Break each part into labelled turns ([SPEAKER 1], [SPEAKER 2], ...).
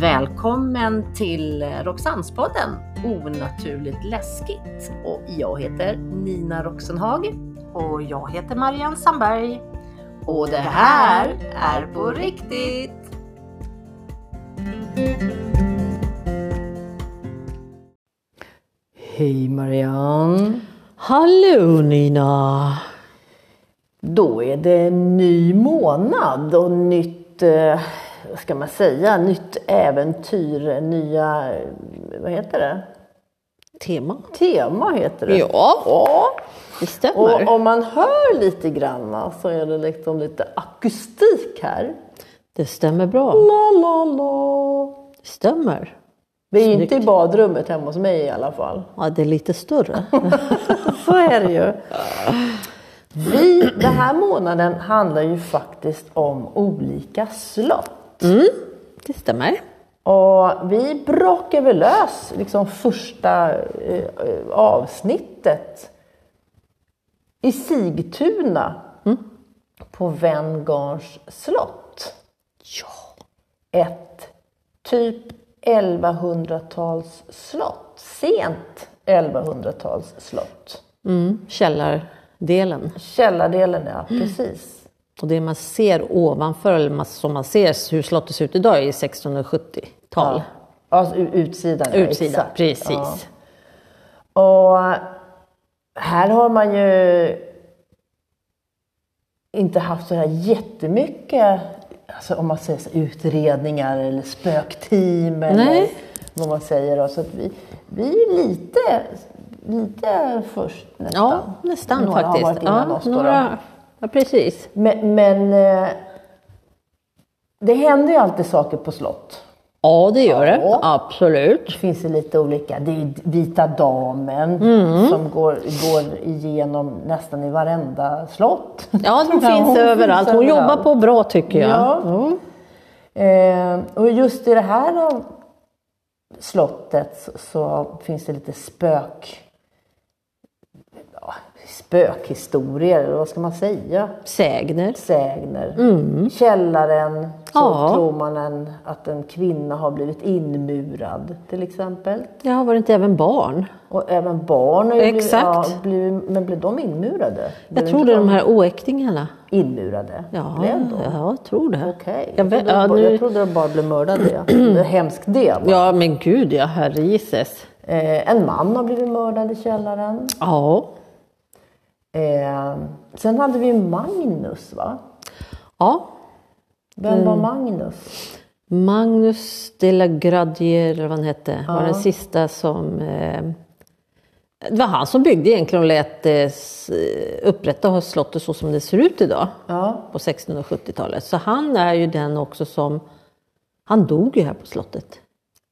[SPEAKER 1] Välkommen till Roxannespodden Onaturligt läskigt. Och jag heter Nina Roxenhag.
[SPEAKER 2] Och jag heter Marianne Sandberg.
[SPEAKER 1] Och det här är på riktigt! Hej Marianne!
[SPEAKER 2] Hallå Nina!
[SPEAKER 1] Då är det en ny månad och nytt, eh, vad ska man säga, nytt äventyr, nya, eh, vad heter det?
[SPEAKER 2] Tema?
[SPEAKER 1] Tema heter det.
[SPEAKER 2] Ja,
[SPEAKER 1] Ja.
[SPEAKER 2] det stämmer.
[SPEAKER 1] Och om man hör lite grann så är det liksom lite akustik här.
[SPEAKER 2] Det stämmer bra.
[SPEAKER 1] La, la, la.
[SPEAKER 2] Det stämmer.
[SPEAKER 1] Vi är ju inte i badrummet hemma hos mig i alla fall.
[SPEAKER 2] Ja, det är lite större.
[SPEAKER 1] Så är det ju. Vi, den här månaden handlar ju faktiskt om olika slott.
[SPEAKER 2] Det stämmer.
[SPEAKER 1] Och vi brakar väl lös liksom första eh, eh, avsnittet i Sigtuna
[SPEAKER 2] Mm.
[SPEAKER 1] på Venngarns slott.
[SPEAKER 2] Ja.
[SPEAKER 1] ett typ 1100-tals slott. Sent 1100-tals slott.
[SPEAKER 2] Mm, källardelen.
[SPEAKER 1] Källardelen, ja.
[SPEAKER 2] Mm.
[SPEAKER 1] Precis.
[SPEAKER 2] Och det man ser ovanför, eller man- som man ser hur slottet ser ut idag, är 1670-tal.
[SPEAKER 1] Alltså, u- utsidan, ja,
[SPEAKER 2] Utsida,
[SPEAKER 1] exakt.
[SPEAKER 2] precis.
[SPEAKER 1] Ja. Och här har man ju inte haft så här jättemycket, alltså om man säger så, utredningar eller spökteam eller
[SPEAKER 2] Nej.
[SPEAKER 1] vad man säger. Då. Så att vi, vi är lite, lite först nästan.
[SPEAKER 2] Ja, nästan
[SPEAKER 1] några
[SPEAKER 2] faktiskt.
[SPEAKER 1] Har varit innan
[SPEAKER 2] ja,
[SPEAKER 1] oss då Då.
[SPEAKER 2] några... ja, precis.
[SPEAKER 1] Men, men eh, det händer ju alltid saker på slott.
[SPEAKER 2] Ja, det gör det.
[SPEAKER 1] Ja.
[SPEAKER 2] Absolut.
[SPEAKER 1] Det finns ju lite olika. Det är Vita damen
[SPEAKER 2] Mm.
[SPEAKER 1] som går, går igenom nästan i varenda slott.
[SPEAKER 2] Ja, de
[SPEAKER 1] Ja,
[SPEAKER 2] finns
[SPEAKER 1] hon
[SPEAKER 2] överallt.
[SPEAKER 1] finns
[SPEAKER 2] Hon jobbar
[SPEAKER 1] överallt.
[SPEAKER 2] på Mm. bra tycker jag.
[SPEAKER 1] Ja. Eh, och just i det här eh, slottet så, så finns det lite spök... Ja, spökhistorier, eller vad ska man säga?
[SPEAKER 2] Sägner.
[SPEAKER 1] Sägner. Källaren, så
[SPEAKER 2] Mm. Ja.
[SPEAKER 1] tror man en, att en kvinna har blivit inmurad till exempel.
[SPEAKER 2] Ja, var det inte även barn?
[SPEAKER 1] Och även barn har ju blivit-
[SPEAKER 2] Exakt.
[SPEAKER 1] ja, blivit, men blev de inmurade?
[SPEAKER 2] Jag tror det är de här oäktingarna.
[SPEAKER 1] Inmurade?
[SPEAKER 2] Ja,
[SPEAKER 1] Blev de?
[SPEAKER 2] ja, jag tror det.
[SPEAKER 1] Okej. Jag,
[SPEAKER 2] Jag vet-
[SPEAKER 1] trodde
[SPEAKER 2] ja,
[SPEAKER 1] de bara-
[SPEAKER 2] nu-
[SPEAKER 1] jag trodde de bara blev mördade. ja. Det är hemskt det. va?
[SPEAKER 2] Ja, men gud ja, herre Jesus.
[SPEAKER 1] Eh, en man har blivit mördad i källaren.
[SPEAKER 2] Ja.
[SPEAKER 1] Eh, sen hade vi Magnus, va?
[SPEAKER 2] ja.
[SPEAKER 1] Vem
[SPEAKER 2] Mm.
[SPEAKER 1] var Magnus?
[SPEAKER 2] Magnus de la Gradier, eller vad han hette, var den sista som... Eh, det var han som byggde egentligen och lät det s- upprätta slottet så som det ser ut idag
[SPEAKER 1] Ja,
[SPEAKER 2] på 1670-talet. Så han är ju den också som... Han dog ju här på slottet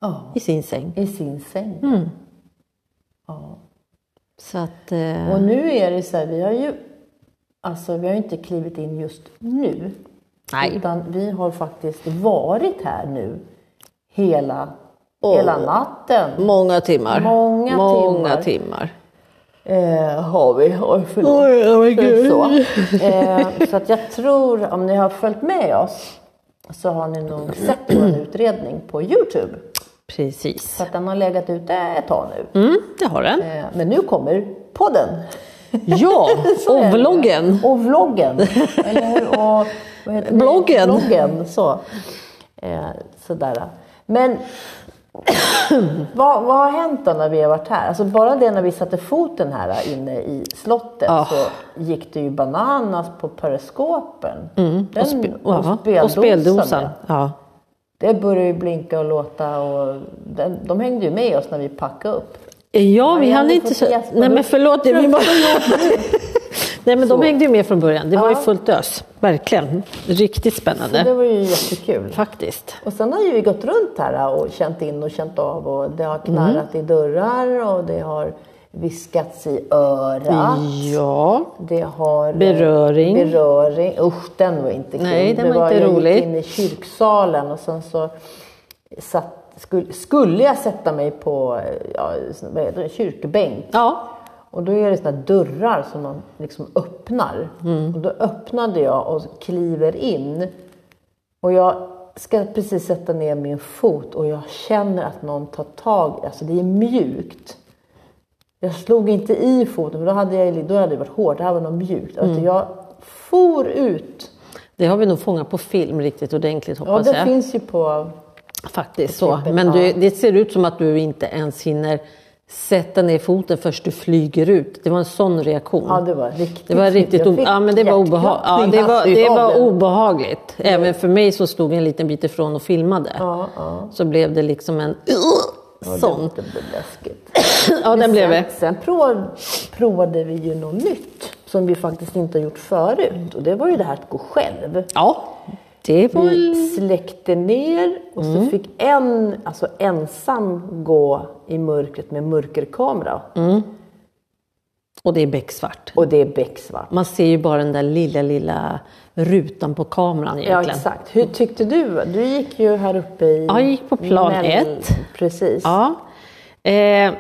[SPEAKER 1] ja,
[SPEAKER 2] i sin säng.
[SPEAKER 1] i sin säng.
[SPEAKER 2] Mm.
[SPEAKER 1] Ja.
[SPEAKER 2] Så att... Eh,
[SPEAKER 1] Och nu är det så här, vi har ju alltså, vi har ju inte klivit in just nu.
[SPEAKER 2] nej.
[SPEAKER 1] Utan vi har faktiskt varit här nu hela, hela natten.
[SPEAKER 2] Många timmar.
[SPEAKER 1] Många
[SPEAKER 2] Många timmar.
[SPEAKER 1] Eh, har vi. Oj, förlåt.
[SPEAKER 2] Oj, oh my
[SPEAKER 1] Så. Eh, så att jag tror, om ni har följt med oss, så har ni nog sett vår utredning på Youtube.
[SPEAKER 2] Precis.
[SPEAKER 1] Så att den har legat ute ett tag nu.
[SPEAKER 2] Mm, det har den.
[SPEAKER 1] Eh, men nu kommer podden.
[SPEAKER 2] Ja,
[SPEAKER 1] Så är
[SPEAKER 2] och
[SPEAKER 1] det.
[SPEAKER 2] vloggen.
[SPEAKER 1] Och vloggen. Eller hur? Och, vad heter det?
[SPEAKER 2] Bloggen.
[SPEAKER 1] Bloggen, så. Eh, sådär. Men vad, vad har hänt då när vi har varit här? Alltså bara det när vi satte foten här inne i slottet
[SPEAKER 2] Ah.
[SPEAKER 1] så gick det ju bananas på periskopen. Den,
[SPEAKER 2] Mm. Och, spe- ja,
[SPEAKER 1] speldosan.
[SPEAKER 2] och speldosan. Ja.
[SPEAKER 1] Det började ju blinka och låta och den, de hängde ju med oss när vi packade upp.
[SPEAKER 2] Ja, vi
[SPEAKER 1] jag
[SPEAKER 2] hann
[SPEAKER 1] hade
[SPEAKER 2] inte
[SPEAKER 1] fått
[SPEAKER 2] så...
[SPEAKER 1] gäspa
[SPEAKER 2] Nej
[SPEAKER 1] nu.
[SPEAKER 2] men förlåt, det vi bara... Nej men de hängde ju med från början. Det var ju
[SPEAKER 1] Ja.
[SPEAKER 2] fullt ös. Verkligen. Riktigt
[SPEAKER 1] Så det
[SPEAKER 2] spännande.
[SPEAKER 1] var ju jättekul.
[SPEAKER 2] Faktiskt.
[SPEAKER 1] Och sen har ju vi gått runt här och känt in och känt av och det har knarrat
[SPEAKER 2] Mm.
[SPEAKER 1] i dörrar och det har viskats i örat.
[SPEAKER 2] Ja.
[SPEAKER 1] Det har eh,
[SPEAKER 2] Beröring.
[SPEAKER 1] beröring. Usch, den var inte kul.
[SPEAKER 2] Nej, den
[SPEAKER 1] Det
[SPEAKER 2] var inte
[SPEAKER 1] jag
[SPEAKER 2] rolig.
[SPEAKER 1] gick in i kyrksalen och sen så satt, skulle, skulle jag sätta mig på eh, ja, vad heter det, kyrkbänk
[SPEAKER 2] Ja.
[SPEAKER 1] och då är det såna här dörrar som man liksom
[SPEAKER 2] Mm.
[SPEAKER 1] öppnar. Och då öppnade jag och kliver in. Och jag ska precis sätta ner min fot och jag känner att någon tar tag Alltså det är mjukt. Jag slog inte i foten för då hade, jag, då hade det varit hårt. Det här var något mjukt. Alltså
[SPEAKER 2] Mm.
[SPEAKER 1] jag for ut.
[SPEAKER 2] Det har vi nog fångat på film riktigt ordentligt
[SPEAKER 1] Ja,
[SPEAKER 2] hoppas
[SPEAKER 1] det
[SPEAKER 2] jag.
[SPEAKER 1] finns ju på...
[SPEAKER 2] Faktiskt så.
[SPEAKER 1] klippet,
[SPEAKER 2] Men du,
[SPEAKER 1] ja.
[SPEAKER 2] det ser ut som att du inte ens hinner sätta ner foten först du flyger ut. Det var en sån reaktion.
[SPEAKER 1] Ja, det var riktigt
[SPEAKER 2] Det var riktigt
[SPEAKER 1] Jag
[SPEAKER 2] o-
[SPEAKER 1] fick
[SPEAKER 2] ja, men det var obehag... ja,
[SPEAKER 1] hjärtklappning,
[SPEAKER 2] det var,
[SPEAKER 1] alltså,
[SPEAKER 2] det
[SPEAKER 1] av
[SPEAKER 2] var
[SPEAKER 1] den.
[SPEAKER 2] obehagligt. Även för mig som stod en liten bit ifrån och filmade.
[SPEAKER 1] Ja, ja.
[SPEAKER 2] Så blev det liksom en sån.
[SPEAKER 1] Det blev läskigt.
[SPEAKER 2] Ja, den blev det.
[SPEAKER 1] Sen, sen prov, provade vi ju något nytt som vi faktiskt inte har gjort förut. Och det var ju det här att gå själv.
[SPEAKER 2] Ja, det var...
[SPEAKER 1] Vi släckte ner och
[SPEAKER 2] Mm.
[SPEAKER 1] så fick en alltså ensam gå i mörkret med mörkerkamera.
[SPEAKER 2] Mm. Och det är becksvart.
[SPEAKER 1] Och det är becksvart.
[SPEAKER 2] Man ser ju bara den där lilla, lilla rutan på kameran
[SPEAKER 1] Ja,
[SPEAKER 2] egentligen.
[SPEAKER 1] exakt. Hur tyckte du? Du gick ju här uppe i...
[SPEAKER 2] Ja, jag gick på plan ett.
[SPEAKER 1] Precis.
[SPEAKER 2] Ja. Eh,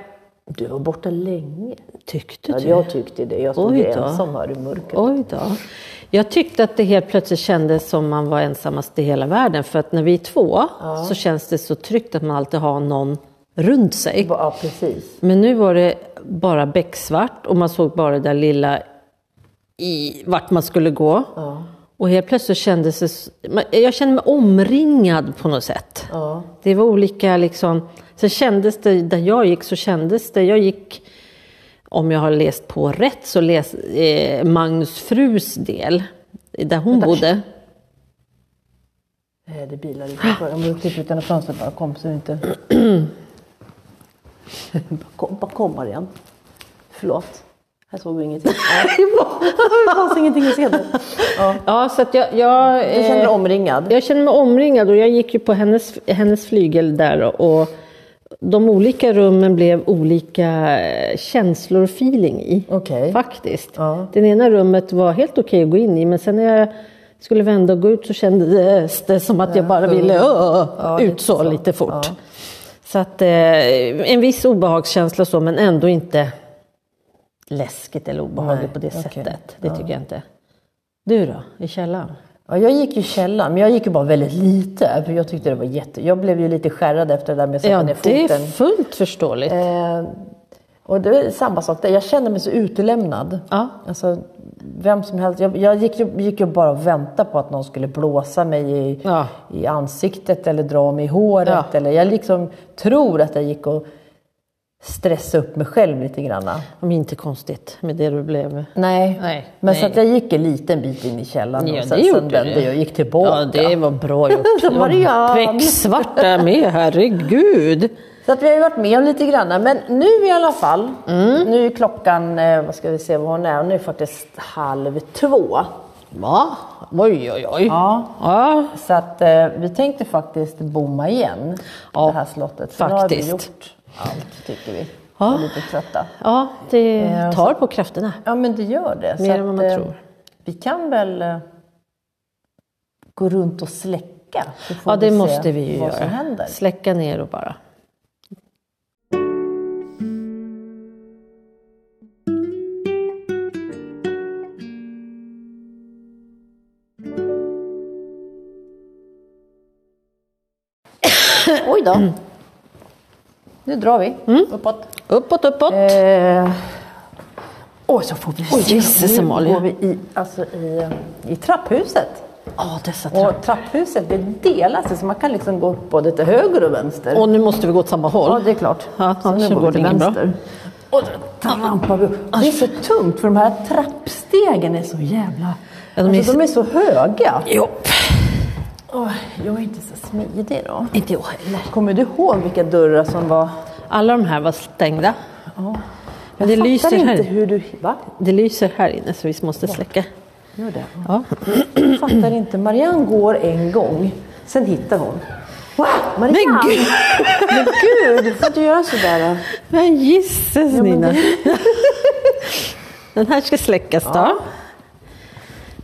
[SPEAKER 1] Du var borta länge.
[SPEAKER 2] tyckte
[SPEAKER 1] Ja,
[SPEAKER 2] du?
[SPEAKER 1] jag tyckte det. Jag stod
[SPEAKER 2] Oj
[SPEAKER 1] ju
[SPEAKER 2] då.
[SPEAKER 1] ensam här i mörkret.
[SPEAKER 2] Oj då. Jag tyckte att det helt plötsligt kändes som man var ensammast i hela världen. För att när vi är två så känns det så tryggt att man alltid har någon runt sig.
[SPEAKER 1] Ja, precis.
[SPEAKER 2] Men nu var det bara becksvart och man såg bara det där lilla i vart man skulle gå. Och helt plötsligt kändes det... s- man- Jag kände mig omringad på något sätt.
[SPEAKER 1] Ja.
[SPEAKER 2] Det var olika liksom... Sen kändes det, där jag gick så kändes det, jag gick... Om jag har läst på rätt så läs eh, Magnus frus del, där hon bodde.
[SPEAKER 1] Eh, Det är bilar typ utanför. Om du tittar ut genom fönstret bara, kom så du inte... bara, kom, bara kom Marianne. Förlåt. Här såg vi ingenting. Nej, det fanns ingenting att se Eh, där. Ja.
[SPEAKER 2] Ja, så att jag... jag eh,
[SPEAKER 1] Du känner dig omringad?
[SPEAKER 2] Jag kände mig omringad och jag gick ju på hennes, hennes flygel där och de olika rummen blev olika eh, känslor och feeling i.
[SPEAKER 1] Okej.
[SPEAKER 2] Faktiskt.
[SPEAKER 1] Ja.
[SPEAKER 2] Det ena rummet var helt okej att gå in i men sen när jag skulle vända och gå ut så kändes det som att jag bara ville "Åh", ut så lite fort. Så att eh, en viss obehagskänsla så men ändå inte läskigt eller obehagligt
[SPEAKER 1] Nej,
[SPEAKER 2] på det
[SPEAKER 1] okej.
[SPEAKER 2] sättet. Det tycker jag inte. Du då, i källaren?
[SPEAKER 1] Ja, jag gick ju i källaren, men jag gick ju bara väldigt lite. För jag tyckte det var jätte... Jag blev ju lite skärrad efter det där med att sätta
[SPEAKER 2] Ja,
[SPEAKER 1] ner
[SPEAKER 2] det är
[SPEAKER 1] foten.
[SPEAKER 2] fullt förståeligt.
[SPEAKER 1] Eh, och det är samma sak där. Jag kände mig så utelämnad.
[SPEAKER 2] Ja.
[SPEAKER 1] Alltså, vem som helst. Jag, jag gick, ju, gick ju bara och väntade på att någon skulle blåsa mig i,
[SPEAKER 2] Ja.
[SPEAKER 1] i ansiktet eller dra mig i håret.
[SPEAKER 2] Ja.
[SPEAKER 1] Eller jag liksom tror att jag gick och stressade upp mig själv lite grann.
[SPEAKER 2] Om inte konstigt med det du blev.
[SPEAKER 1] Nej.
[SPEAKER 2] Nej,
[SPEAKER 1] Men
[SPEAKER 2] nej.
[SPEAKER 1] så att jag gick en liten bit in i källaren
[SPEAKER 2] Ja,
[SPEAKER 1] och
[SPEAKER 2] det
[SPEAKER 1] sen,
[SPEAKER 2] gjorde
[SPEAKER 1] sen vände
[SPEAKER 2] du.
[SPEAKER 1] jag och gick tillbaka.
[SPEAKER 2] Ja, det var bra gjort. Det var
[SPEAKER 1] Marianne.
[SPEAKER 2] becksvart där med, herregud.
[SPEAKER 1] Så att vi har ju varit med om lite grann. Men nu i alla fall.
[SPEAKER 2] Mm.
[SPEAKER 1] Nu är klockan, eh, vad ska vi se vad hon är, hon är faktiskt halv två.
[SPEAKER 2] Va? Oj, oj, oj.
[SPEAKER 1] Ja.
[SPEAKER 2] Ja,
[SPEAKER 1] Så att eh, vi tänkte faktiskt bomma igen
[SPEAKER 2] Ja,
[SPEAKER 1] det här slottet. För nu har vi
[SPEAKER 2] faktiskt.
[SPEAKER 1] gjort allt tycker vi.
[SPEAKER 2] Ja.
[SPEAKER 1] Vi är lite trötta.
[SPEAKER 2] ja det tar på krafterna.
[SPEAKER 1] Ja men det gör det. Så
[SPEAKER 2] Mer än vad man
[SPEAKER 1] eh,
[SPEAKER 2] tror.
[SPEAKER 1] Vi kan väl eh, gå runt och släcka. så får
[SPEAKER 2] Ja, det
[SPEAKER 1] se
[SPEAKER 2] måste vi ju
[SPEAKER 1] vad Som
[SPEAKER 2] göra.
[SPEAKER 1] händer.
[SPEAKER 2] Släcka ner och bara.
[SPEAKER 1] Oj då.
[SPEAKER 2] Mm.
[SPEAKER 1] Nu drar vi uppåt.
[SPEAKER 2] Uppåt, uppåt.
[SPEAKER 1] Eh, och så får vi
[SPEAKER 2] Oj,
[SPEAKER 1] se.
[SPEAKER 2] Jesus,
[SPEAKER 1] nu
[SPEAKER 2] Amalia.
[SPEAKER 1] går vi i, alltså, i,
[SPEAKER 2] eh,
[SPEAKER 1] i trapphuset.
[SPEAKER 2] Ja, dessa trappor.
[SPEAKER 1] Och trapphuset det delar sig så man kan liksom gå upp både till höger och vänster.
[SPEAKER 2] Och nu måste vi gå åt samma
[SPEAKER 1] Ja,
[SPEAKER 2] håll.
[SPEAKER 1] det är klart.
[SPEAKER 2] Ja,
[SPEAKER 1] Så
[SPEAKER 2] annars
[SPEAKER 1] nu
[SPEAKER 2] går
[SPEAKER 1] vi
[SPEAKER 2] det
[SPEAKER 1] till
[SPEAKER 2] ingen bra.
[SPEAKER 1] vänster. Och då trampar vi upp. Det är så tungt för de här trappstegen är så jävla...
[SPEAKER 2] Ja, de är
[SPEAKER 1] alltså,
[SPEAKER 2] så-
[SPEAKER 1] de är så höga.
[SPEAKER 2] Jo,
[SPEAKER 1] Oj, jag är inte så smidig då.
[SPEAKER 2] inte jag heller.
[SPEAKER 1] Kommer du ihåg vilka dörrar som var...
[SPEAKER 2] Alla de här var stängda. Men
[SPEAKER 1] Jag
[SPEAKER 2] det
[SPEAKER 1] fattar
[SPEAKER 2] lyser,
[SPEAKER 1] inte
[SPEAKER 2] här,
[SPEAKER 1] hur du... Va?
[SPEAKER 2] det lyser här inne så vi måste släcka.
[SPEAKER 1] Gör det.
[SPEAKER 2] Ja.
[SPEAKER 1] Jag fattar inte. Marianne går en gång, sen hittar hon. Wow, Marianne!
[SPEAKER 2] Men gud!
[SPEAKER 1] Men gud, du får inte göra sådär.
[SPEAKER 2] Men gisses Nina! Den här ska släckas då.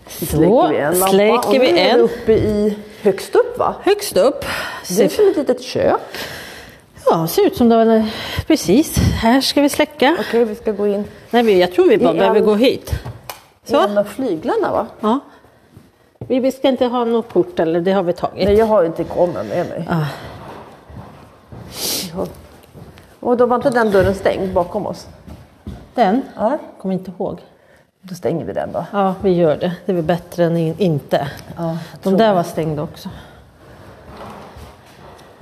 [SPEAKER 2] Så,
[SPEAKER 1] Släcker vi en lampa. och nu
[SPEAKER 2] släcker vi
[SPEAKER 1] är vi
[SPEAKER 2] en.
[SPEAKER 1] uppe i... Högst upp va?
[SPEAKER 2] Högst upp.
[SPEAKER 1] Det är
[SPEAKER 2] Ser,
[SPEAKER 1] som ett litet kök.
[SPEAKER 2] ja, ser ut som det var... Precis, här ska vi släcka.
[SPEAKER 1] Okej, vi ska gå in
[SPEAKER 2] Nej, vi- jag tror vi bara
[SPEAKER 1] I
[SPEAKER 2] behöver
[SPEAKER 1] en-
[SPEAKER 2] gå hit.
[SPEAKER 1] i en av flyglarna va?
[SPEAKER 2] Ja. Vi vi ska inte ha något kort, eller det har vi tagit.
[SPEAKER 1] Nej, jag har ju inte kameran med mig.
[SPEAKER 2] Ah.
[SPEAKER 1] Ja. Och då var inte den dörren stängd bakom oss?
[SPEAKER 2] Den?
[SPEAKER 1] Ja.
[SPEAKER 2] Jag kommer inte ihåg.
[SPEAKER 1] Då stänger vi den då.
[SPEAKER 2] Ja, vi gör det. Det är väl bättre än in- inte.
[SPEAKER 1] Ja,
[SPEAKER 2] De där var stängda också.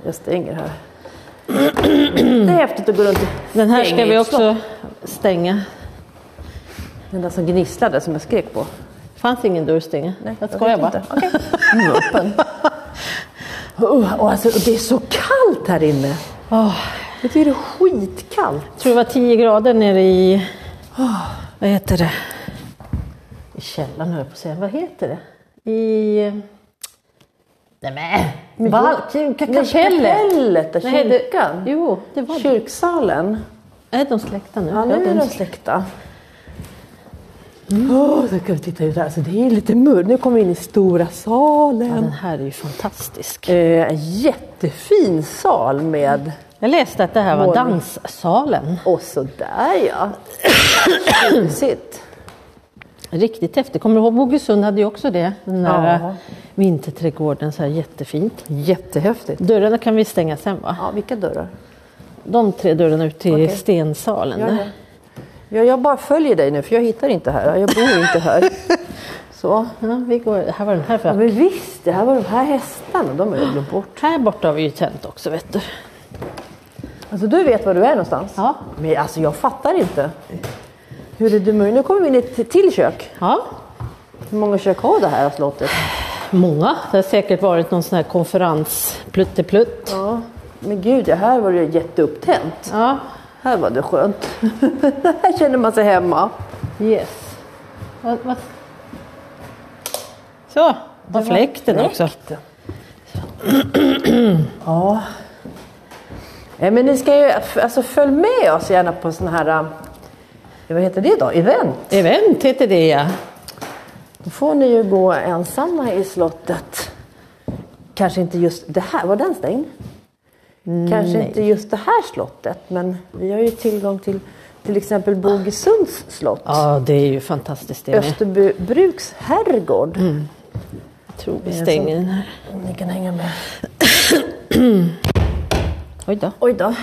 [SPEAKER 1] Jag stänger här. Det är häftigt att gå runt och
[SPEAKER 2] Den här ska
[SPEAKER 1] stänga
[SPEAKER 2] vi
[SPEAKER 1] ett slott.
[SPEAKER 2] också stänga.
[SPEAKER 1] Den där som gnisslade som jag skrek på.
[SPEAKER 2] fanns ingen dörr att stänga. jag skojar
[SPEAKER 1] vet
[SPEAKER 2] bara.
[SPEAKER 1] inte. Okej. Nu är öppen. Oh, och alltså, och det är så kallt här inne.
[SPEAKER 2] Åh,
[SPEAKER 1] Jag tycker det är skitkallt.
[SPEAKER 2] jag tror det var 10 grader nere i... vad heter det? I källaren höll jag på att säga. Vad heter det? I... Nej men! Val- k- k- Kapellet!
[SPEAKER 1] Kapellet, där
[SPEAKER 2] Nej, det-
[SPEAKER 1] kyrkan.
[SPEAKER 2] Jo, det var det.
[SPEAKER 1] Kyrksalen.
[SPEAKER 2] Är de släckta nu?
[SPEAKER 1] Ja, nu
[SPEAKER 2] Jag vet
[SPEAKER 1] är de
[SPEAKER 2] inte.
[SPEAKER 1] släckta. Mm. Åh, så kan vi titta ut här. Alltså, det är lite mur. Nu kommer vi in i stora
[SPEAKER 2] Ja,
[SPEAKER 1] salen.
[SPEAKER 2] den här är ju fantastisk.
[SPEAKER 1] Eh, en jättefin sal med...
[SPEAKER 2] Jag läste att det här var
[SPEAKER 1] Mål.
[SPEAKER 2] danssalen.
[SPEAKER 1] Och så där ja. Tjusigt.
[SPEAKER 2] Riktigt häftigt. Kommer du ihåg Bogesund hade ju också det? Den där
[SPEAKER 1] Ja.
[SPEAKER 2] vinterträdgården, så här jättefint.
[SPEAKER 1] Jättehäftigt.
[SPEAKER 2] Dörrarna kan vi stänga sen va?
[SPEAKER 1] Ja, vilka dörrar.
[SPEAKER 2] De tre dörrarna ut till stensalen.
[SPEAKER 1] Ja,
[SPEAKER 2] där.
[SPEAKER 1] ja. Ja, jag bara följer dig nu för jag hittar inte här. Jag bor inte här. Så.
[SPEAKER 2] Ja, vi går. Här var den här
[SPEAKER 1] Ja,
[SPEAKER 2] för.
[SPEAKER 1] men visst, det här var de här hästarna. De har jag glömt bort.
[SPEAKER 2] Här borta har vi ju tänt också vet du.
[SPEAKER 1] Alltså du vet var du är någonstans?
[SPEAKER 2] Ja.
[SPEAKER 1] Men alltså jag fattar inte. Hur är det möjligt? Nu kommer vi in i ett till kök.
[SPEAKER 2] ja.
[SPEAKER 1] Hur många kök har det här slottet?
[SPEAKER 2] Många. Det har säkert varit någon sån här konferens plutteplutt.
[SPEAKER 1] Ja. Men gud, ja, här var det jätteupptänt.
[SPEAKER 2] Ja.
[SPEAKER 1] Här var det skönt. här känner man sig hemma.
[SPEAKER 2] Yes. Vad, vad? Så, var fläkten också.
[SPEAKER 1] ja. Nej, men ni ska ju, alltså följ med oss gärna på sån här, eh, vad heter det då, event.
[SPEAKER 2] Event heter det ja.
[SPEAKER 1] Då får ni ju gå ensamma i slottet. Kanske inte just det här, var den stängd?
[SPEAKER 2] Mm,
[SPEAKER 1] Kanske inte just det här slottet, men vi har ju tillgång till till exempel Bogesunds slott.
[SPEAKER 2] Ja, det är ju fantastiskt det med.
[SPEAKER 1] Österbybruks herrgård.
[SPEAKER 2] Jag Mm. tror vi stänger den här.
[SPEAKER 1] Ni kan hänga med.
[SPEAKER 2] Oj då.
[SPEAKER 1] Oj då.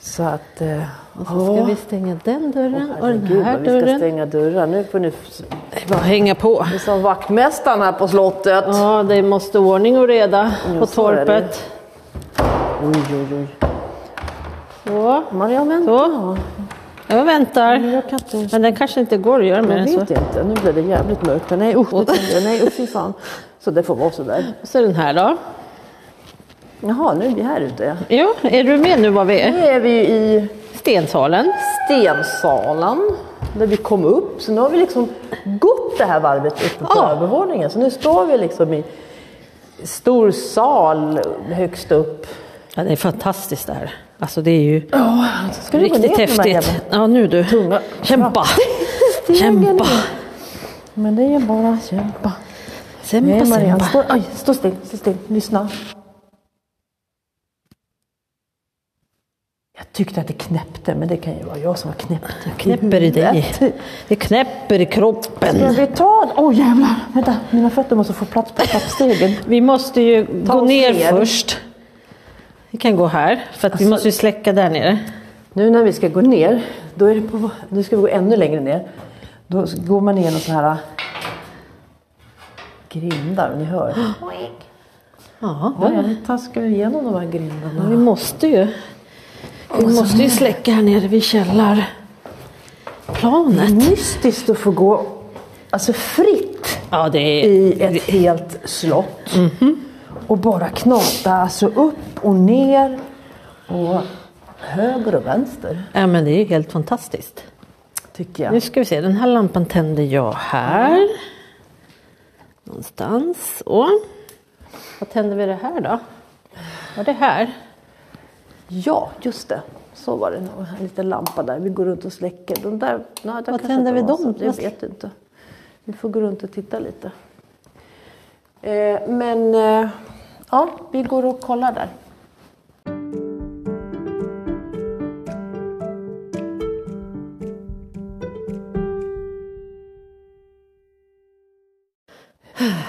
[SPEAKER 1] Så att... eh,
[SPEAKER 2] Och så ska
[SPEAKER 1] ja.
[SPEAKER 2] vi stänga den dörren och den
[SPEAKER 1] Herregud,
[SPEAKER 2] här
[SPEAKER 1] vad vi ska
[SPEAKER 2] dörren.
[SPEAKER 1] stänga dörrar. Nu får ni...
[SPEAKER 2] Bara hänga på.
[SPEAKER 1] Som vaktmästaren här på slottet.
[SPEAKER 2] Ja, det måste ordning och reda på
[SPEAKER 1] så är det.
[SPEAKER 2] torpet.
[SPEAKER 1] Oj, oj, oj.
[SPEAKER 2] Så.
[SPEAKER 1] Maria, men...
[SPEAKER 2] Så. Jag väntar.
[SPEAKER 1] Jag kan inte...
[SPEAKER 2] Men den kanske inte går att göra mer
[SPEAKER 1] Jag
[SPEAKER 2] än
[SPEAKER 1] vet
[SPEAKER 2] så.
[SPEAKER 1] inte, nu blev det jävligt mörkt. Men nej usch, det tänkte jag. nej usch fy fan. Så det får vara sådär.
[SPEAKER 2] Och så den här då.
[SPEAKER 1] Jaha, nu är vi här ute ja.
[SPEAKER 2] Jo, är du med nu var vi är?
[SPEAKER 1] Nu är vi ju i
[SPEAKER 2] Stensalen.
[SPEAKER 1] stensalen där vi kom upp. Så nu har vi liksom gått det här varvet uppe på
[SPEAKER 2] Ja.
[SPEAKER 1] övervåningen. Så nu står vi liksom i stor sal högst upp.
[SPEAKER 2] Ja, det är fantastiskt det här. Alltså det är ju
[SPEAKER 1] Ja, så ska du gå ner
[SPEAKER 2] riktigt
[SPEAKER 1] med de här jävla
[SPEAKER 2] häftigt. Ja, nu du.
[SPEAKER 1] tunga
[SPEAKER 2] Kämpa!
[SPEAKER 1] stegen.
[SPEAKER 2] Kämpa!
[SPEAKER 1] Men det är bara kämpa.
[SPEAKER 2] Kämpa,
[SPEAKER 1] Nej Marianne,
[SPEAKER 2] kämpa.
[SPEAKER 1] stå, oj, stå still, stå still, lyssna. Jag tyckte att det knäppte, men det kan ju vara jag som har knäppt. Jag
[SPEAKER 2] Knäpper i dig. Det knäpper i kroppen.
[SPEAKER 1] Ska vi ta... Åh oh, jävlar! Vänta, mina fötter måste få plats på trappstegen.
[SPEAKER 2] Vi måste ju gå
[SPEAKER 1] oss
[SPEAKER 2] ner,
[SPEAKER 1] ner. Alltså-
[SPEAKER 2] först. Vi kan gå här, för att vi måste ju släcka där nere.
[SPEAKER 1] Nu när vi ska gå ner, då är det på... Nu ska vi gå ännu längre ner. Då går man igenom så här äh, grindar, ni hör.
[SPEAKER 2] Ja,
[SPEAKER 1] Ja, ja, vi taskar ju igenom de här grindarna.
[SPEAKER 2] vi måste ju. Vi måste ju släcka här nere vid källarplanet.
[SPEAKER 1] Mm. Mystiskt att få gå alltså fritt
[SPEAKER 2] Ja, det är...
[SPEAKER 1] i ett helt slott.
[SPEAKER 2] Mm-hmm.
[SPEAKER 1] Och bara knata alltså upp och ner och höger och vänster
[SPEAKER 2] Ja, men det är ju helt fantastiskt.
[SPEAKER 1] tycker
[SPEAKER 2] Nu
[SPEAKER 1] jag.
[SPEAKER 2] ska vi se, den här lampan tänder jag här. Någonstans. Så. Vad tänder vi det här då? Var det här?
[SPEAKER 1] Ja, just det. Så var det. nog. En liten lampa där. Vi går runt och släcker. De där, nej, där kanske inte
[SPEAKER 2] tänder vi
[SPEAKER 1] var
[SPEAKER 2] dem?
[SPEAKER 1] sånt. Jag vet inte. Vi får gå runt och titta lite. Eh, men eh, ja, vi går och kollar där.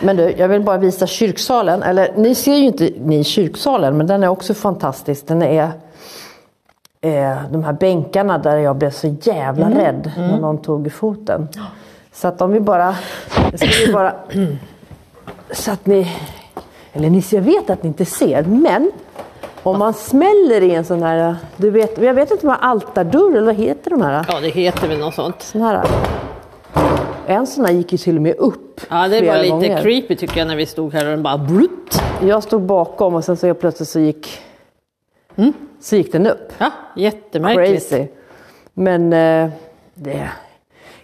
[SPEAKER 1] Men du, jag vill bara visa kyrksalen. Eller ni ser ju inte ni kyrksalen, men den är också fantastisk. Den är eh, de här bänkarna där jag blev så jävla rädd när någon tog i foten. Så att om vi bara... Ska vi bara så att ni... Eller ni, jag vet att ni inte ser, men om man smäller i en sån här... Du vet, jag vet inte vad altardörr, eller vad heter de här?
[SPEAKER 2] Ja, det heter väl något sånt.
[SPEAKER 1] Den här. En sån här gick ju till och med upp
[SPEAKER 2] Ja, det
[SPEAKER 1] flera
[SPEAKER 2] var lite
[SPEAKER 1] gånger.
[SPEAKER 2] creepy tycker jag när vi stod här och den bara brutt.
[SPEAKER 1] Jag stod bakom och sen så helt plötsligt så gick,
[SPEAKER 2] Mm.
[SPEAKER 1] så gick den upp.
[SPEAKER 2] Ja, jättemärkligt.
[SPEAKER 1] Crazy. Men eh, det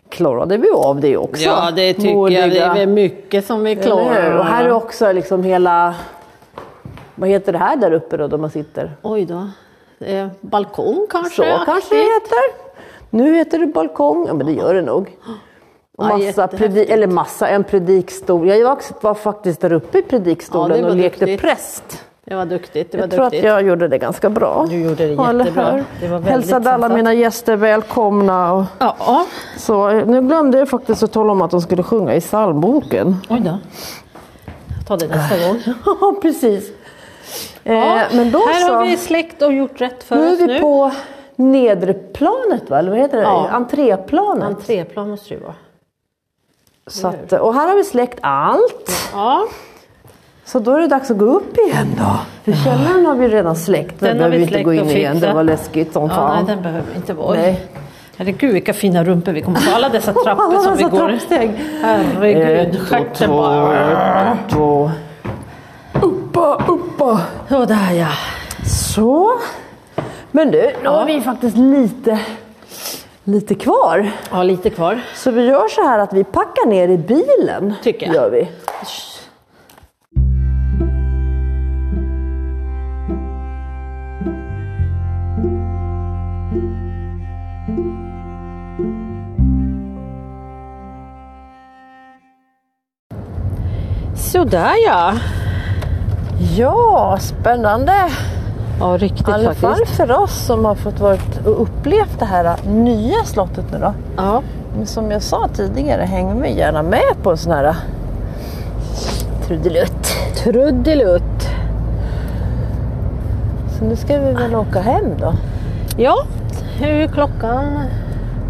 [SPEAKER 1] klarade vi av det också.
[SPEAKER 2] Ja, det tycker jag. Det är väl mycket som vi
[SPEAKER 1] Eller
[SPEAKER 2] klarar.
[SPEAKER 1] hur? Och här är också liksom hela... Vad heter det här där uppe då, där man sitter?
[SPEAKER 2] Oj då. Eh, balkong kanske?
[SPEAKER 1] Så kanske det heter. Nu heter det balkong. Ja, men det gör det nog. Och
[SPEAKER 2] Ja,
[SPEAKER 1] massa
[SPEAKER 2] jättehäftigt.
[SPEAKER 1] predi- eller massa, en predikstol. Jag var, också, var faktiskt där uppe i predikstolen
[SPEAKER 2] Ja, det var
[SPEAKER 1] och lekte
[SPEAKER 2] duktigt.
[SPEAKER 1] präst.
[SPEAKER 2] Det var duktigt. Det var
[SPEAKER 1] Jag tror att
[SPEAKER 2] duktigt.
[SPEAKER 1] jag gjorde det ganska bra.
[SPEAKER 3] Du gjorde det
[SPEAKER 1] Ja, eller
[SPEAKER 3] jättebra.
[SPEAKER 1] hur?
[SPEAKER 3] Det var väldigt
[SPEAKER 1] Hälsade alla
[SPEAKER 3] sansat.
[SPEAKER 1] mina gäster välkomna. Och
[SPEAKER 2] Ja.
[SPEAKER 1] så. Nu glömde jag faktiskt att tala om att de skulle sjunga i psalmboken.
[SPEAKER 2] Oj då. Ta det nästa gång.
[SPEAKER 1] Ja, precis.
[SPEAKER 2] Ja,
[SPEAKER 1] eh, men då
[SPEAKER 2] här
[SPEAKER 1] så.
[SPEAKER 2] har vi släckt och gjort rätt för
[SPEAKER 1] Nu
[SPEAKER 2] oss
[SPEAKER 1] är vi
[SPEAKER 2] nu.
[SPEAKER 1] på nedre planet, va? eller vad heter det?
[SPEAKER 2] Ja.
[SPEAKER 1] Entréplanet.
[SPEAKER 2] Entréplan måste det vara.
[SPEAKER 1] så att, och här har vi släckt allt.
[SPEAKER 2] Ja,
[SPEAKER 1] Så då är det dags att gå upp igen då. För källaren har vi redan släckt. Den,
[SPEAKER 2] har
[SPEAKER 1] behöver
[SPEAKER 2] vi
[SPEAKER 1] vi inte
[SPEAKER 2] släckt
[SPEAKER 1] gå
[SPEAKER 2] och
[SPEAKER 1] in i igen. Det
[SPEAKER 2] fixat.
[SPEAKER 1] var läskigt som
[SPEAKER 2] ja
[SPEAKER 1] fan.
[SPEAKER 2] nej, den behöver inte vara.
[SPEAKER 1] Nej.
[SPEAKER 2] Nej. Herregud vilka fina rumpor vi kommer få. Alla dessa trappor
[SPEAKER 1] Alla
[SPEAKER 2] som vi
[SPEAKER 1] dessa
[SPEAKER 2] går.
[SPEAKER 1] trappsteg.
[SPEAKER 2] Herregud, stjärten bara...
[SPEAKER 1] ett och två. Uppa, uppa.
[SPEAKER 2] Så där ja.
[SPEAKER 1] Så. Men du, nu har vi faktiskt lite, lite kvar.
[SPEAKER 2] Ja, lite kvar.
[SPEAKER 1] Så vi gör så här att vi packar ner i bilen.
[SPEAKER 2] Tycker jag.
[SPEAKER 1] Gör vi.
[SPEAKER 2] Sådär ja.
[SPEAKER 1] Ja, spännande.
[SPEAKER 2] Ja,
[SPEAKER 1] I
[SPEAKER 2] riktigt
[SPEAKER 1] alla fall
[SPEAKER 2] faktiskt.
[SPEAKER 1] för oss som har fått varit och upplevt det här nya slottet nu då.
[SPEAKER 2] Ja.
[SPEAKER 1] Men Som jag sa tidigare, häng vi gärna med på en sån här äh, trudelutt.
[SPEAKER 2] Trudelutt.
[SPEAKER 1] Så nu ska vi väl åka hem då.
[SPEAKER 2] Ja, hur är klockan?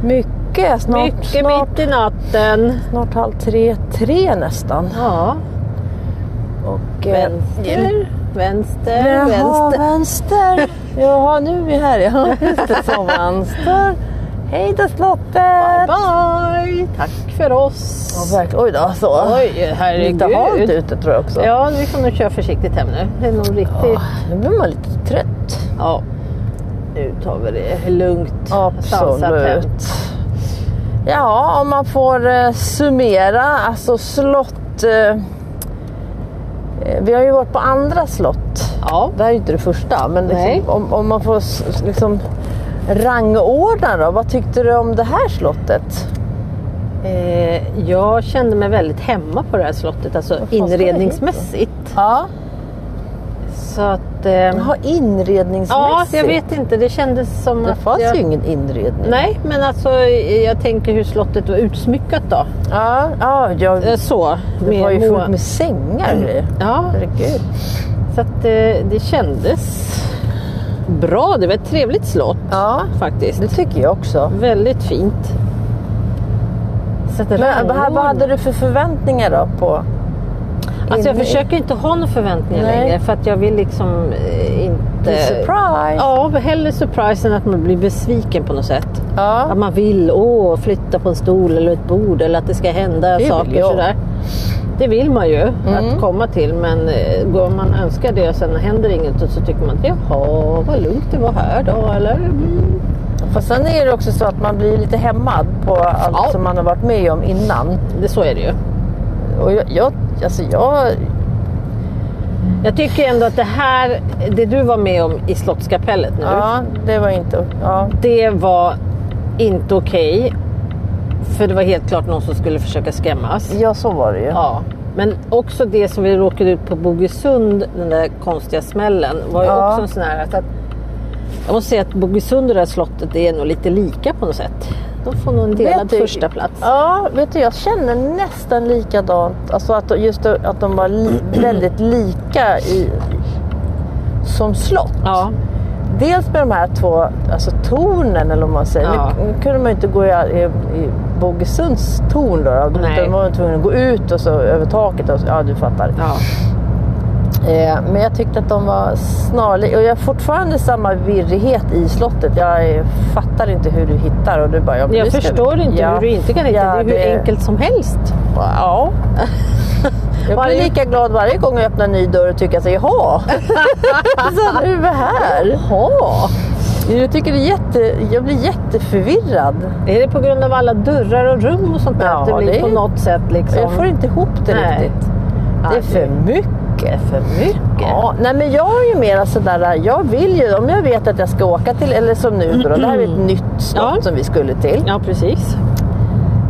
[SPEAKER 1] Mycket, snart,
[SPEAKER 2] Mycket
[SPEAKER 1] snart,
[SPEAKER 2] mitt i natten.
[SPEAKER 1] snart halv tre, tre nästan.
[SPEAKER 2] Ja,
[SPEAKER 1] Och, eh,
[SPEAKER 2] vänster, vänster,
[SPEAKER 1] Jaha,
[SPEAKER 2] vänster.
[SPEAKER 1] vänster. Jaha, nu är vi här. Ja, just det, som vänster. Hej då slottet!
[SPEAKER 2] Bye! Tack för oss.
[SPEAKER 1] Ja, verkligen. Oj då, så.
[SPEAKER 2] Oj,
[SPEAKER 1] Lite halt
[SPEAKER 2] herregud.
[SPEAKER 1] ute tror jag också. Ah,
[SPEAKER 2] Ja, vi får nog köra försiktigt hem nu. Det är nog riktigt...
[SPEAKER 1] Nu blir man lite trött.
[SPEAKER 2] Ja. Nu tar vi det lugnt. Sansat hem.
[SPEAKER 1] Absolut. Ja, om man får eh, summera, alltså slott... Eh, eh, vi har ju varit på andra slott.
[SPEAKER 2] Ja.
[SPEAKER 1] Det här är ju inte det första, men
[SPEAKER 2] Nej.
[SPEAKER 1] liksom, om, om man får s- s- liksom rangordna då. Vad tyckte du om det här slottet?
[SPEAKER 2] Eh, jag kände mig väldigt hemma på det här slottet, alltså
[SPEAKER 1] fan ska vi hit då?
[SPEAKER 2] inredningsmässigt.
[SPEAKER 1] Ja.
[SPEAKER 2] Så att... Eh,
[SPEAKER 1] Jaha, inredningsmässigt?
[SPEAKER 2] ja, jag vet inte. Det kändes som
[SPEAKER 1] Det
[SPEAKER 2] att...
[SPEAKER 1] fanns
[SPEAKER 2] jag...
[SPEAKER 1] ju ingen inredning.
[SPEAKER 2] Nej, men alltså eh, jag tänker hur slottet var utsmyckat då.
[SPEAKER 1] Ja, ja, jag,
[SPEAKER 2] Eh, Så.
[SPEAKER 1] det var ju
[SPEAKER 2] Moa-
[SPEAKER 1] fullt med sängar och
[SPEAKER 2] Mm.
[SPEAKER 1] grejer.
[SPEAKER 2] Ja,
[SPEAKER 1] Herregud.
[SPEAKER 2] så att eh, det kändes bra. Det var ett trevligt slott
[SPEAKER 1] Ja,
[SPEAKER 2] faktiskt.
[SPEAKER 1] det tycker jag också.
[SPEAKER 2] Väldigt fint. Så att det
[SPEAKER 1] Men vad,
[SPEAKER 2] rangordning.
[SPEAKER 1] vad hade du för förväntningar då? på?
[SPEAKER 2] Alltså jag
[SPEAKER 1] inne i-
[SPEAKER 2] försöker inte ha några förväntningar
[SPEAKER 1] Nej.
[SPEAKER 2] längre för att jag vill liksom eh, inte...
[SPEAKER 1] Surprise!
[SPEAKER 2] Ja, hellre surprise än att man blir besviken på något sätt.
[SPEAKER 1] Ja.
[SPEAKER 2] Att man vill åh, flytta på en stol eller ett bord eller att det ska hända
[SPEAKER 1] vill
[SPEAKER 2] saker
[SPEAKER 1] jag. Mm.
[SPEAKER 2] sådär. Det vill man ju att komma till men eh, går man önskar det och sen händer inget och så tycker man att jaha vad lugnt det var här då eller? Mm.
[SPEAKER 1] Fast sen är det också så att man blir lite hämmad på allt
[SPEAKER 2] Ja.
[SPEAKER 1] som man har varit med om innan.
[SPEAKER 2] Det, så är det ju.
[SPEAKER 1] Och jag, jag, alltså jag,
[SPEAKER 2] Jag tycker ändå att det här, det du var med om i Slottskapellet nu.
[SPEAKER 1] ja, det var inte... Ja.
[SPEAKER 2] Det var inte okej. För det var helt klart någon som skulle försöka skrämmas.
[SPEAKER 1] ja, så var det ju.
[SPEAKER 2] Ja. Men också det som vi råkade ut på Bogesund, den där konstiga smällen, var ju
[SPEAKER 1] Ja.
[SPEAKER 2] också en sån här... Att, att, jag måste säga att Bogesund och det här slottet är nog lite lika på något sätt. Då får någon dela
[SPEAKER 1] du-
[SPEAKER 2] första plats.
[SPEAKER 1] Ja, vet du, jag känner nästan likadant. Alltså att, just att de var li, väldigt lika i, som slott.
[SPEAKER 2] Ja.
[SPEAKER 1] Dels med de här två alltså tornen eller vad man säger.
[SPEAKER 2] Ja.
[SPEAKER 1] Nu, nu kunde man ju inte gå i, i, i Bogesunds torn då. då.
[SPEAKER 2] Nej.
[SPEAKER 1] Utan man var tvungen att gå ut och så över taket. Och så, ja, du fattar.
[SPEAKER 2] Ja.
[SPEAKER 1] Eh, men jag tyckte att de var snarlika. Och jag har fortfarande samma virrighet i slottet. Jag eh, fattar inte hur du hittar. Och du bara, ja, men
[SPEAKER 2] Jag
[SPEAKER 1] det ska vi-
[SPEAKER 2] förstår inte
[SPEAKER 1] Ja.
[SPEAKER 2] hur du inte kan hitta.
[SPEAKER 1] Ja,
[SPEAKER 2] det är hur
[SPEAKER 1] det-
[SPEAKER 2] enkelt som helst.
[SPEAKER 1] Ja. Jag blir
[SPEAKER 2] Varje-
[SPEAKER 1] lika glad varje gång jag öppnar en ny dörr och tycker att jaha, så nu är vi här. Jaha. Jag, tycker det är jätte, jag blir jätteförvirrad.
[SPEAKER 2] Är det på grund av alla dörrar och rum och sånt där?
[SPEAKER 1] Ja,
[SPEAKER 2] att det blir
[SPEAKER 1] det är-
[SPEAKER 2] på något sätt liksom...
[SPEAKER 1] Jag får inte ihop det
[SPEAKER 2] Nej.
[SPEAKER 1] riktigt.
[SPEAKER 2] Ja,
[SPEAKER 1] Det är för mycket. För mycket.
[SPEAKER 2] Ja.
[SPEAKER 1] Ja, nej men jag är ju mera sådär, jag vill ju, om jag vet att jag ska åka till, eller som nu då, det här är ett nytt slott
[SPEAKER 2] Ja.
[SPEAKER 1] som vi skulle till.
[SPEAKER 2] Ja, precis.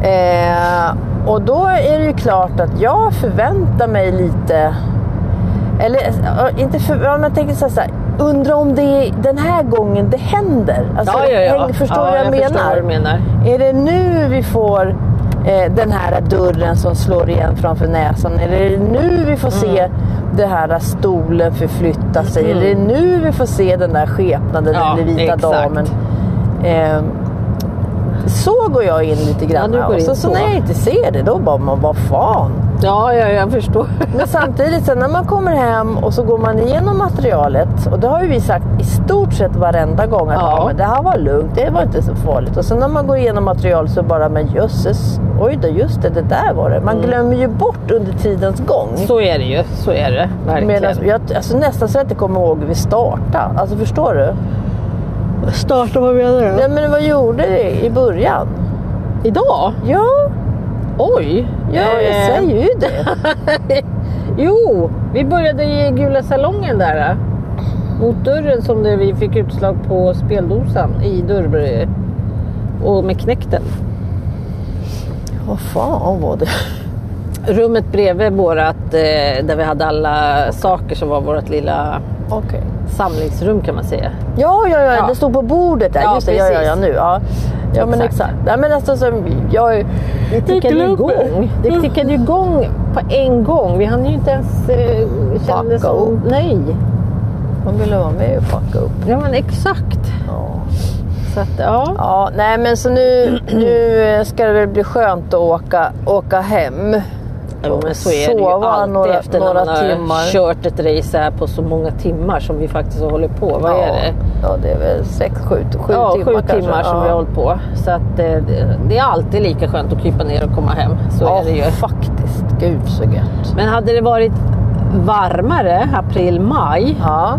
[SPEAKER 1] Eh, och då är det ju klart att jag förväntar mig lite... Eller eh, inte för, ja, men jag tänker så här, så här, undra om det är den här gången det händer. Alltså, häng- Förstår du
[SPEAKER 2] Ja,
[SPEAKER 1] vad jag,
[SPEAKER 2] förstår
[SPEAKER 1] menar?
[SPEAKER 2] vad du menar.
[SPEAKER 1] Är det nu vi får eh, den här dörren som slår igen framför näsan? Eller är det nu vi får
[SPEAKER 2] Mm.
[SPEAKER 1] se den här stolen förflytta sig? Eller är det nu vi får se den där skepnaden
[SPEAKER 2] Ja,
[SPEAKER 1] eller vita
[SPEAKER 2] exakt.
[SPEAKER 1] damen? Eh, så går jag in lite grann.
[SPEAKER 2] du går
[SPEAKER 1] och
[SPEAKER 2] in
[SPEAKER 1] så, så
[SPEAKER 2] så.
[SPEAKER 1] när jag inte ser det, då bara, man, vad fan?
[SPEAKER 2] Ja, ja, jag förstår.
[SPEAKER 1] Men samtidigt, sen när man kommer hem och så går man igenom materialet och det har ju vi sagt i stort sett varenda gång att
[SPEAKER 2] Ja.
[SPEAKER 1] ja. men det här var lugnt, det var inte så farligt. Och sen när man går igenom material så bara, men jösses, oj då, just det, det där var det. Man glömmer ju bort under tidens gång.
[SPEAKER 2] Mm. Så är det ju. Så är det. Verkligen.
[SPEAKER 1] Medan jag, alltså nästan så jag inte kommer ihåg hur vi startade. Alltså förstår du?
[SPEAKER 2] Mm. startar vad menar
[SPEAKER 1] Nej men vad gjorde vi i början?
[SPEAKER 2] Idag?
[SPEAKER 1] Ja,
[SPEAKER 2] Oj!
[SPEAKER 1] ja jag
[SPEAKER 2] Eh,
[SPEAKER 1] säger ju det.
[SPEAKER 2] Jo, vi började i gula salongen där. eh, Mot dörren som det vi fick utslag på speldosan i dörr... Och med knäkten.
[SPEAKER 1] Vad fan var det?
[SPEAKER 2] Rummet bredvid vårat, eh, där vi hade alla saker som var vårt lilla
[SPEAKER 1] Okej.
[SPEAKER 2] samlingsrum kan man säga.
[SPEAKER 1] Ja, ja, ja,
[SPEAKER 2] Ja.
[SPEAKER 1] det stod på bordet där.
[SPEAKER 2] Ja,
[SPEAKER 1] Just det, ja, ja,
[SPEAKER 2] precis.
[SPEAKER 1] ja, nu. Ja, ja men
[SPEAKER 2] Exakt.
[SPEAKER 1] exakt. Ja, men alltså, så, jag,
[SPEAKER 2] Det tickade ju igång. Det tickade ju igång på en gång. Vi hann ju inte ens... Eh, kände
[SPEAKER 1] Fucka
[SPEAKER 2] som,
[SPEAKER 1] upp.
[SPEAKER 2] nej.
[SPEAKER 1] Hon ville vara med och fucka upp.
[SPEAKER 2] Ja men exakt.
[SPEAKER 1] Ja.
[SPEAKER 2] Så att, ja.
[SPEAKER 1] ja, nej men så nu, nu eh, ska det väl bli skönt att åka, åka hem.
[SPEAKER 2] Jo, men så är det ju
[SPEAKER 1] Sova
[SPEAKER 2] alltid
[SPEAKER 1] några-
[SPEAKER 2] efter
[SPEAKER 1] några
[SPEAKER 2] när man har
[SPEAKER 1] timmar.
[SPEAKER 2] kört ett race här på så många timmar som vi faktiskt har hållit på. Vad
[SPEAKER 1] ja.
[SPEAKER 2] är det?
[SPEAKER 1] Ja, det är väl sex, sju, sju
[SPEAKER 2] ja,
[SPEAKER 1] timmar
[SPEAKER 2] sju
[SPEAKER 1] kanske.
[SPEAKER 2] timmar som
[SPEAKER 1] ja.
[SPEAKER 2] vi har hållit på. Så att, eh, det- det är alltid lika skönt att krypa ner och komma hem. Så
[SPEAKER 1] Ja,
[SPEAKER 2] är det ju.
[SPEAKER 1] faktiskt. Gud så gött.
[SPEAKER 2] Men hade det varit varmare, april, maj
[SPEAKER 1] Ja,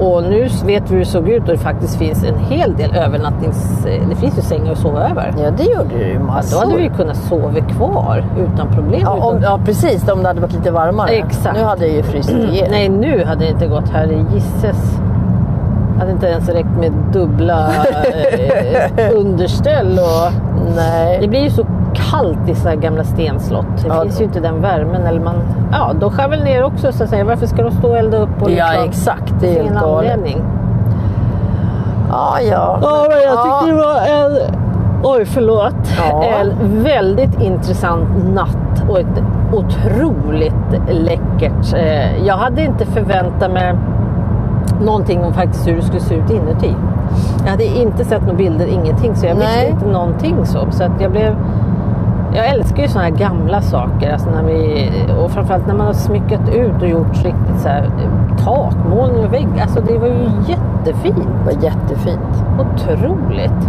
[SPEAKER 2] och nu vet vi hur det såg ut och det faktiskt finns en hel del övernattnings... eh, Det finns ju sängar att sova över.
[SPEAKER 1] ja det gjorde det ju
[SPEAKER 2] Ja,
[SPEAKER 1] massor.
[SPEAKER 2] då hade vi ju kunnat sova kvar utan problem.
[SPEAKER 1] ja, om,
[SPEAKER 2] utan...
[SPEAKER 1] ja, precis. Om det hade varit lite varmare.
[SPEAKER 2] Exakt.
[SPEAKER 1] Nu hade jag ju frysit ihjäl.
[SPEAKER 2] Nej, nu hade det inte gått. Herre gisses. Hade inte ens räckt med dubbla eh, underställ. Och...
[SPEAKER 1] Nej.
[SPEAKER 2] Det blir ju så kallt i så här gamla stenslott. Det
[SPEAKER 1] Ja.
[SPEAKER 2] finns ju inte den värmen. Eller man... Ja, de skär väl ner också så att säga. Varför ska de stå och elda upp? Och
[SPEAKER 1] Ja,
[SPEAKER 2] liksom-
[SPEAKER 1] exakt. Det är
[SPEAKER 2] Sin
[SPEAKER 1] helt galet.
[SPEAKER 2] anledning.
[SPEAKER 1] Ja, ja.
[SPEAKER 2] Ja, men jag
[SPEAKER 1] Ja.
[SPEAKER 2] tyckte det var en... Oj, förlåt.
[SPEAKER 1] Ja.
[SPEAKER 2] En väldigt intressant natt och ett otroligt läckert. eh, Jag hade inte förväntat mig någonting om faktiskt hur det skulle se ut inuti. Jag hade inte sett några bilder, ingenting, så jag visste
[SPEAKER 1] Nej.
[SPEAKER 2] inte någonting. Så, så att jag blev... Jag älskar ju såna här gamla saker. Alltså när vi, och framförallt när man har smyckat ut och gjort riktigt så här eh, takmålning och vägg. Alltså det var ju jättefint.
[SPEAKER 1] Det var jättefint.
[SPEAKER 2] Otroligt!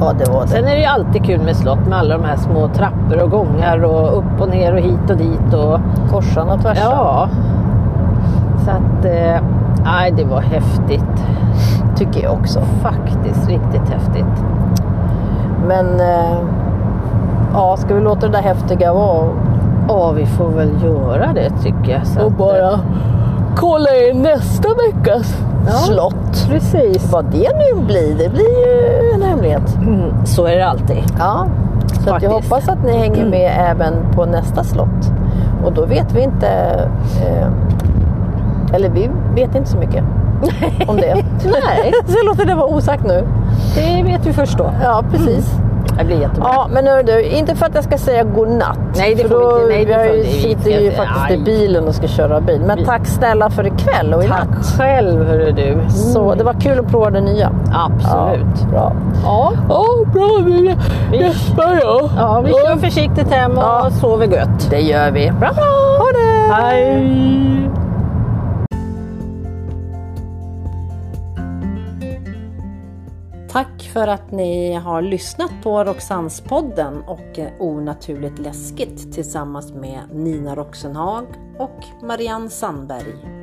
[SPEAKER 1] Ja, det var det.
[SPEAKER 2] Sen är det ju alltid kul med slott med alla de här små trappor och gångar och upp och ner och hit och dit. Och,
[SPEAKER 1] Korsan och tvärsan.
[SPEAKER 2] ja. Så att, eh, nej det var häftigt.
[SPEAKER 1] tycker jag också.
[SPEAKER 2] Faktiskt riktigt häftigt.
[SPEAKER 1] Men eh, ja, ska vi låta det där häftiga vara?
[SPEAKER 2] Ja, vi får väl göra det tycker jag. Så
[SPEAKER 1] Och
[SPEAKER 2] att, eh,
[SPEAKER 1] bara kolla in nästa veckas
[SPEAKER 2] Ja.
[SPEAKER 1] slott.
[SPEAKER 2] Precis.
[SPEAKER 1] Vad det nu blir, det blir ju en hemlighet.
[SPEAKER 2] Mm, så är det alltid.
[SPEAKER 1] Ja, så att jag
[SPEAKER 2] Faktiskt. Mm.
[SPEAKER 1] hoppas att ni hänger med även på nästa slott. Och då vet vi inte... Eh, eller vi vet inte så mycket om det. Nej, så jag låter det vara osagt nu.
[SPEAKER 2] Det vet vi först då.
[SPEAKER 1] Ja, precis.
[SPEAKER 2] Det blir jättebra.
[SPEAKER 1] Ja, men hörru du, inte för att jag ska säga godnatt.
[SPEAKER 2] Nej, det
[SPEAKER 1] för
[SPEAKER 2] får vi inte. Nej, det
[SPEAKER 1] jag
[SPEAKER 2] får
[SPEAKER 1] ju-
[SPEAKER 2] vi inte.
[SPEAKER 1] sitter ju faktiskt i
[SPEAKER 2] Aj.
[SPEAKER 1] bilen och ska köra bil. Men tack snälla för ikväll och i natt.
[SPEAKER 2] Tack själv hörru du.
[SPEAKER 1] Så det var kul att prova det nya.
[SPEAKER 2] Absolut.
[SPEAKER 1] Ja, bra.
[SPEAKER 2] Ja.
[SPEAKER 1] Ja, bra Emilia.
[SPEAKER 2] Vi-
[SPEAKER 1] Nästa ja.
[SPEAKER 2] Ja, vi kör försiktigt hem och
[SPEAKER 1] Ja.
[SPEAKER 2] sover gött.
[SPEAKER 1] Det gör vi.
[SPEAKER 2] Bra, bra.
[SPEAKER 1] Ha det!
[SPEAKER 2] Hej!
[SPEAKER 4] Tack för att ni har lyssnat på Roxannespodden och eh, Onaturligt läskigt tillsammans med Nina Roxenhag och Marianne Sandberg.